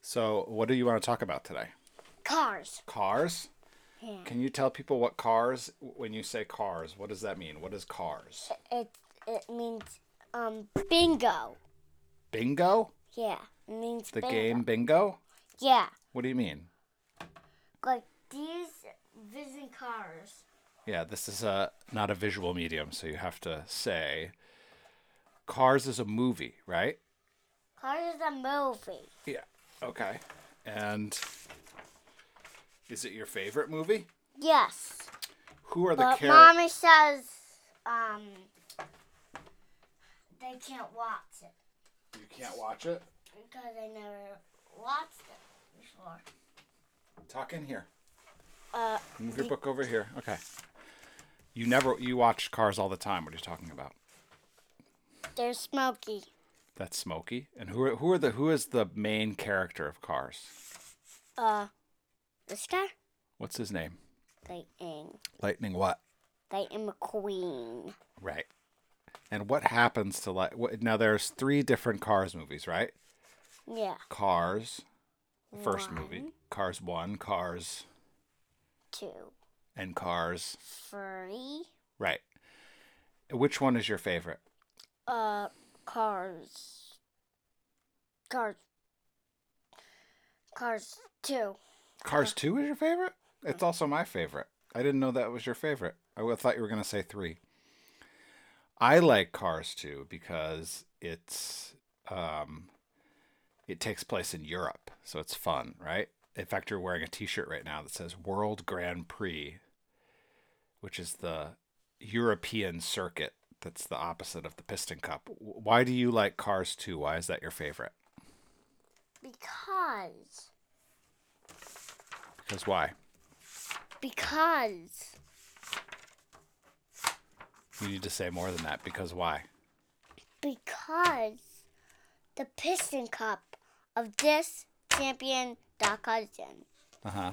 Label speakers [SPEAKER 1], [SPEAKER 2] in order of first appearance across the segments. [SPEAKER 1] So, what do you want to talk about today?
[SPEAKER 2] Cars.
[SPEAKER 1] Cars?
[SPEAKER 2] Yeah.
[SPEAKER 1] Can you tell people what cars, when you say cars, what does that mean? What is cars?
[SPEAKER 2] It it means um bingo.
[SPEAKER 1] Bingo?
[SPEAKER 2] Yeah. It means
[SPEAKER 1] The
[SPEAKER 2] bingo.
[SPEAKER 1] game bingo?
[SPEAKER 2] Yeah.
[SPEAKER 1] What do you mean?
[SPEAKER 2] Like these vision cars.
[SPEAKER 1] Yeah, this is a not a visual medium, so you have to say Cars is a movie, right?
[SPEAKER 2] Cars is a movie.
[SPEAKER 1] Yeah. Okay. And is it your favorite movie?
[SPEAKER 2] Yes.
[SPEAKER 1] Who are the
[SPEAKER 2] But
[SPEAKER 1] characters?
[SPEAKER 2] mommy says um they can't watch it
[SPEAKER 1] You can't watch it.
[SPEAKER 2] because they never watched it before.
[SPEAKER 1] Talk in here.
[SPEAKER 2] Uh
[SPEAKER 1] Move your book over here. Okay. You never you watch Cars all the time. What are you talking about?
[SPEAKER 2] they're smoky.
[SPEAKER 1] That's Smokey. And who are, who are the who is the main character of Cars?
[SPEAKER 2] Uh this guy?
[SPEAKER 1] What's his name?
[SPEAKER 2] Lightning.
[SPEAKER 1] Lightning what?
[SPEAKER 2] Lightning McQueen.
[SPEAKER 1] Right. And what happens to like what, now? There's three different Cars movies, right?
[SPEAKER 2] Yeah.
[SPEAKER 1] Cars, the first movie, Cars One, Cars,
[SPEAKER 2] Two.
[SPEAKER 1] and Cars.
[SPEAKER 2] Three.
[SPEAKER 1] Right. Which one is your favorite?
[SPEAKER 2] Uh cars. Cars. Cars two.
[SPEAKER 1] Cars Two is your favorite. It's also my favorite. I didn't know that was your favorite. I w- thought you were gonna say three. I like Cars Two because it's um, it takes place in Europe, so it's fun, right? In fact, you're wearing a T-shirt right now that says World Grand Prix, which is the European circuit. That's the opposite of the Piston Cup. W- Why do you like Cars Two? Why is that your favorite?
[SPEAKER 2] Because
[SPEAKER 1] Because why?
[SPEAKER 2] because
[SPEAKER 1] You need to say more than that. Because why?
[SPEAKER 2] because the piston cup of this champion Doc Hudson.
[SPEAKER 1] Uh huh.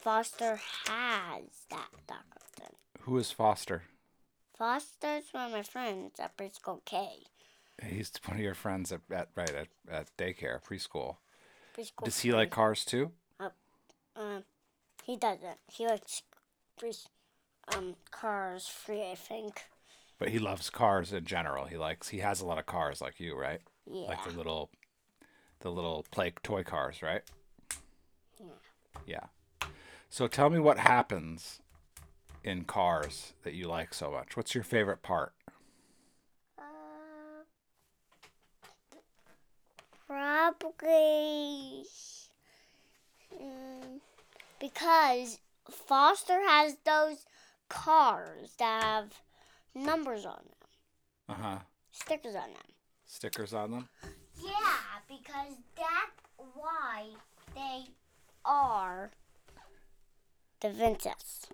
[SPEAKER 2] Foster has that Doc Hudson.
[SPEAKER 1] Who is Foster?
[SPEAKER 2] Foster's one of my friends at preschool K.
[SPEAKER 1] He's one of your friends at, at right at, at daycare preschool.
[SPEAKER 2] Preschool
[SPEAKER 1] Does he like cars too?
[SPEAKER 2] Um, he doesn't. He likes pres- um cars free. I think.
[SPEAKER 1] But he loves cars in general. He likes he has a lot of cars like you, right?
[SPEAKER 2] Yeah.
[SPEAKER 1] Like the little the little play toy cars, right? Yeah. So tell me what happens in cars that you like so much. What's your favorite part?
[SPEAKER 2] Uh, probably mm, because Foster has those cars that have numbers on them,
[SPEAKER 1] Uh-huh.
[SPEAKER 2] stickers on them.
[SPEAKER 1] Stickers on them?
[SPEAKER 2] Yeah, because that's why they are the Vinces.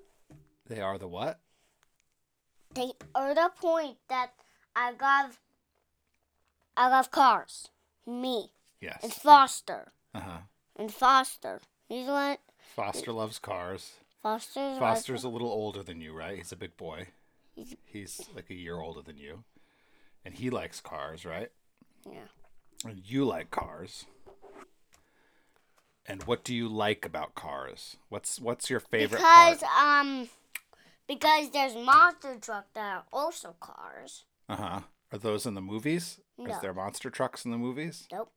[SPEAKER 1] They are the what?
[SPEAKER 2] They are the point that I love. I love cars. Me and
[SPEAKER 1] Yes.
[SPEAKER 2] Foster
[SPEAKER 1] Uh-huh.
[SPEAKER 2] and Foster. He's what
[SPEAKER 1] Foster loves cars.
[SPEAKER 2] Foster's. my-
[SPEAKER 1] Foster's a little older than you, right? He's a big boy.
[SPEAKER 2] He's-
[SPEAKER 1] He's like a year older than you. And he likes cars, right?
[SPEAKER 2] Yeah.
[SPEAKER 1] And you like cars. And what do you like about cars? What's what's your favorite
[SPEAKER 2] Because
[SPEAKER 1] part?
[SPEAKER 2] um, because there's monster truck that are also cars.
[SPEAKER 1] Uh-huh. Are those in the movies?
[SPEAKER 2] No.
[SPEAKER 1] Is there monster trucks in the movies?
[SPEAKER 2] Nope.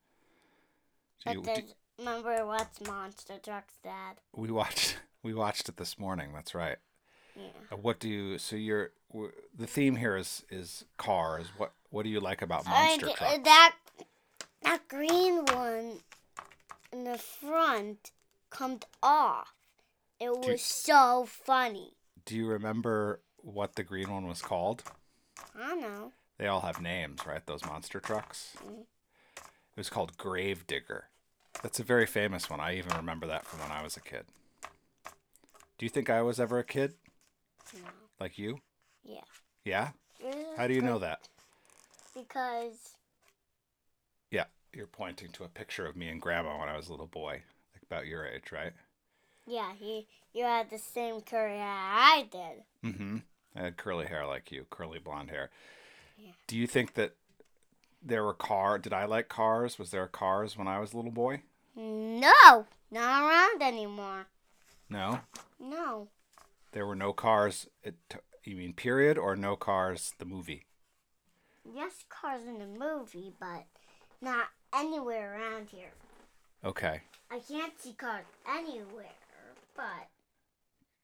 [SPEAKER 1] Do
[SPEAKER 2] But
[SPEAKER 1] you, do,
[SPEAKER 2] there's remember what's monster trucks, Dad?
[SPEAKER 1] we watched we watched it this morning. That's right.
[SPEAKER 2] Yeah.
[SPEAKER 1] Uh, What do you so you're w- the theme here is is cars. What what do you like about
[SPEAKER 2] And
[SPEAKER 1] monster
[SPEAKER 2] th-
[SPEAKER 1] trucks?
[SPEAKER 2] That that green one in the front comes off. It was
[SPEAKER 1] you-
[SPEAKER 2] so funny.
[SPEAKER 1] Do you remember what the green one was called?
[SPEAKER 2] I don't know.
[SPEAKER 1] They all have names, right? Those monster trucks. It was called Gravedigger. That's a very famous one. I even remember that from when I was a kid. Do you think I was ever a kid?
[SPEAKER 2] No.
[SPEAKER 1] Like you?
[SPEAKER 2] Yeah.
[SPEAKER 1] Yeah?
[SPEAKER 2] This
[SPEAKER 1] How
[SPEAKER 2] is
[SPEAKER 1] do you
[SPEAKER 2] good
[SPEAKER 1] know that?
[SPEAKER 2] Because
[SPEAKER 1] Yeah. You're pointing to a picture of me and grandma when I was a little boy, like about your age, right?
[SPEAKER 2] yeah, he you had the same career I did.
[SPEAKER 1] Mm hmm. I had curly hair like you, curly blonde hair.
[SPEAKER 2] Yeah.
[SPEAKER 1] Do you think that there were car? Did I like cars? Was there cars when I was a little boy?
[SPEAKER 2] No, not around anymore.
[SPEAKER 1] No,
[SPEAKER 2] No.
[SPEAKER 1] there were no cars. It, you mean period or no cars? The movie.
[SPEAKER 2] Yes, cars in the movie, but not anywhere around here.
[SPEAKER 1] Okay.
[SPEAKER 2] I can't see cars anywhere, but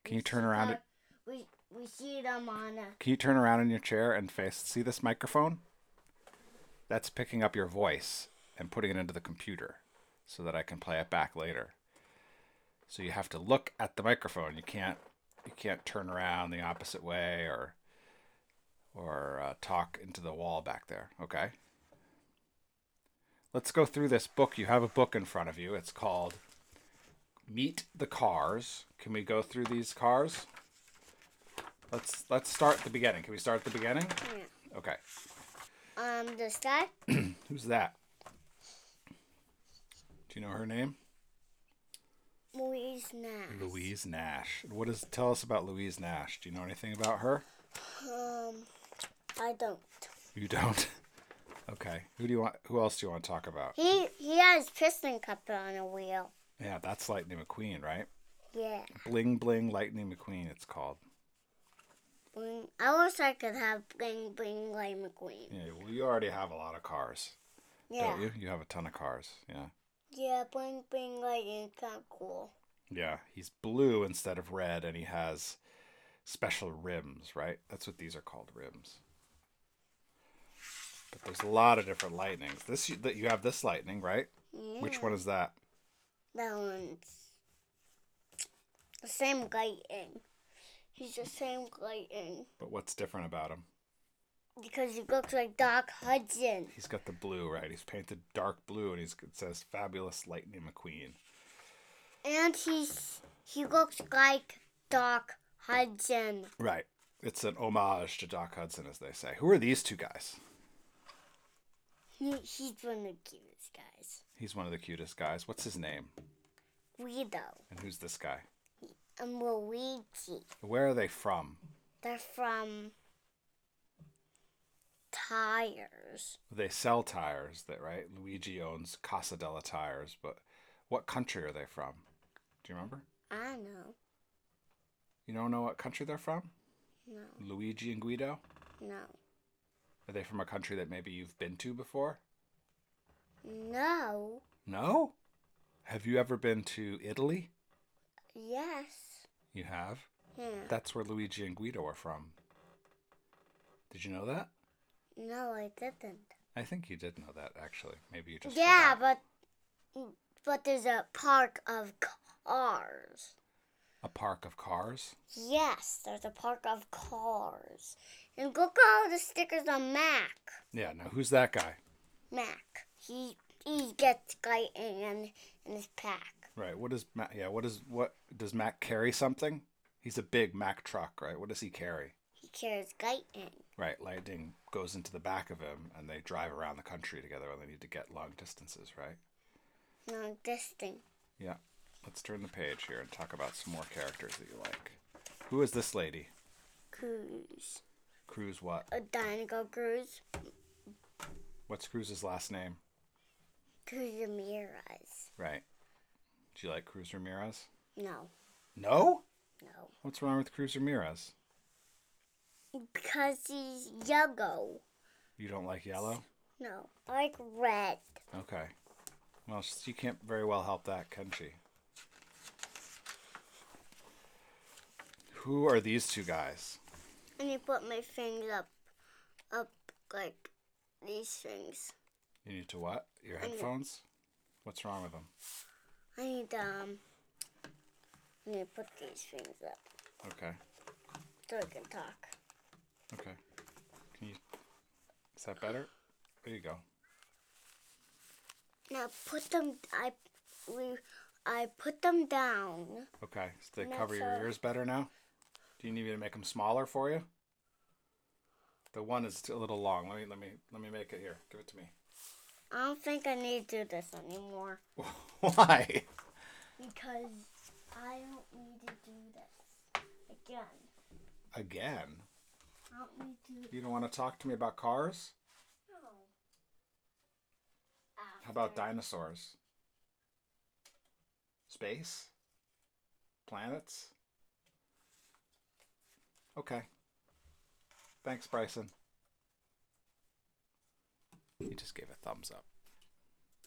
[SPEAKER 1] Can you turn around?
[SPEAKER 2] uh, we we see them on a
[SPEAKER 1] Can you turn around in your chair and face see this microphone? That's picking up your voice and putting it into the computer so that I can play it back later. So you have to look at the microphone. You can't you can't turn around the opposite way or or uh, talk into the wall back there, okay? Let's go through this book. You have a book in front of you. It's called Meet the Cars. Can we go through these cars? Let's let's start at the beginning. Can we start at the beginning?
[SPEAKER 2] uh,
[SPEAKER 1] Okay.
[SPEAKER 2] um this guy.
[SPEAKER 1] Who's that? Do you know her name?
[SPEAKER 2] Louise Nash.
[SPEAKER 1] Louise Nash. What is tell us about Louise Nash? Do you know anything about her?
[SPEAKER 2] Um, I don't.
[SPEAKER 1] You don't. Okay. Who do you want who else do you want to talk about?
[SPEAKER 2] He he has piston cup on a wheel.
[SPEAKER 1] Yeah, that's Lightning McQueen, right?
[SPEAKER 2] Yeah.
[SPEAKER 1] Bling bling Lightning McQueen it's called.
[SPEAKER 2] Bling. I wish I could have bling bling like McQueen.
[SPEAKER 1] Yeah, well you already have a lot of cars,
[SPEAKER 2] Yeah.
[SPEAKER 1] don't you? You have a ton of cars. Yeah.
[SPEAKER 2] Yeah, bling bling like is kind of cool.
[SPEAKER 1] Yeah, he's blue instead of red and he has special rims, right? That's what these are called, rims. But there's a lot of different lightnings. This you- that you have this lightning, right?
[SPEAKER 2] Yeah.
[SPEAKER 1] Which one is that?
[SPEAKER 2] That one's the same lighting. He's the same lighting
[SPEAKER 1] But what's different about him?
[SPEAKER 2] because he looks like Doc Hudson.
[SPEAKER 1] He's got the blue, right? He's painted dark blue and he's it says fabulous lightning McQueen.
[SPEAKER 2] And he's he looks like Doc Hudson.
[SPEAKER 1] Right. It's an homage to Doc Hudson as they say. Who are these two guys?
[SPEAKER 2] He, he's one of the cutest guys.
[SPEAKER 1] He's one of the cutest guys. What's his name?
[SPEAKER 2] Guido
[SPEAKER 1] And who's this guy?
[SPEAKER 2] and Luigi.
[SPEAKER 1] Where are they from?
[SPEAKER 2] They're from tires.
[SPEAKER 1] They sell tires, that right? Luigi owns Casa della Tires, but what country are they from? Do you remember?
[SPEAKER 2] I know.
[SPEAKER 1] You don't know what country they're from?
[SPEAKER 2] No,
[SPEAKER 1] Luigi and Guido?
[SPEAKER 2] no,
[SPEAKER 1] Are they from a country that maybe you've been to before?
[SPEAKER 2] no.
[SPEAKER 1] No? Have you ever been to Italy?
[SPEAKER 2] Yes. Hmm.
[SPEAKER 1] You have?
[SPEAKER 2] Yeah.
[SPEAKER 1] That's where Luigi and Guido are from. Did you know that?
[SPEAKER 2] No, I didn't.
[SPEAKER 1] I think you did know that, actually. Maybe you just.
[SPEAKER 2] yeah,
[SPEAKER 1] forgot.
[SPEAKER 2] but but there's a park of cars.
[SPEAKER 1] A park of cars?
[SPEAKER 2] Yes, there's a park of cars. And look at all the stickers on Mac.
[SPEAKER 1] Yeah, now who's that guy?
[SPEAKER 2] Mac. He he gets lightning in, in his pack.
[SPEAKER 1] Right. What is Mac? Yeah. What is what does Mac carry? Something? He's a big Mac truck, right? What does he carry?
[SPEAKER 2] He carries lightning.
[SPEAKER 1] Right. Lightning goes into the back of him, and they drive around the country together when they need to get long distances, right?
[SPEAKER 2] Long distance.
[SPEAKER 1] Yeah. Let's turn the page here and talk about some more characters that you like. Who is this lady?
[SPEAKER 2] Cruz.
[SPEAKER 1] Cruz. What?
[SPEAKER 2] A Dinogo Cruz.
[SPEAKER 1] What's Cruz's last name?
[SPEAKER 2] Cruz Ramirez.
[SPEAKER 1] Right. Do you like Cruz Ramirez?
[SPEAKER 2] No,
[SPEAKER 1] No.
[SPEAKER 2] no.
[SPEAKER 1] What's wrong with Cruz Ramirez?
[SPEAKER 2] Because he's yellow.
[SPEAKER 1] You don't like yellow?
[SPEAKER 2] No, I like red.
[SPEAKER 1] Okay. Well, she can't very well help that, can she? Who are these two guys?
[SPEAKER 2] And I put my fingers up, up like these things.
[SPEAKER 1] You need to what? Your headphones? What's wrong with them?
[SPEAKER 2] I need um. I need to put these things up
[SPEAKER 1] Okay.
[SPEAKER 2] so I can talk.
[SPEAKER 1] Okay. Can you? Is that better? There you go.
[SPEAKER 2] Now put them. I we I put them down.
[SPEAKER 1] Okay. So they
[SPEAKER 2] No,
[SPEAKER 1] cover your
[SPEAKER 2] sir.
[SPEAKER 1] ears better now. Do you need me to make them smaller for you? The one is a little long. Let me let me let me make it here. Give it to me.
[SPEAKER 2] I don't think I need to do this anymore
[SPEAKER 1] Why?
[SPEAKER 2] because I don't need to do this again.
[SPEAKER 1] Again.
[SPEAKER 2] I don't need to.
[SPEAKER 1] You don't want to talk to me about cars?
[SPEAKER 2] No.
[SPEAKER 1] How about
[SPEAKER 2] After-
[SPEAKER 1] dinosaurs? Space? Planets? Okay. Thanks, Bryson. He just gave a thumbs up.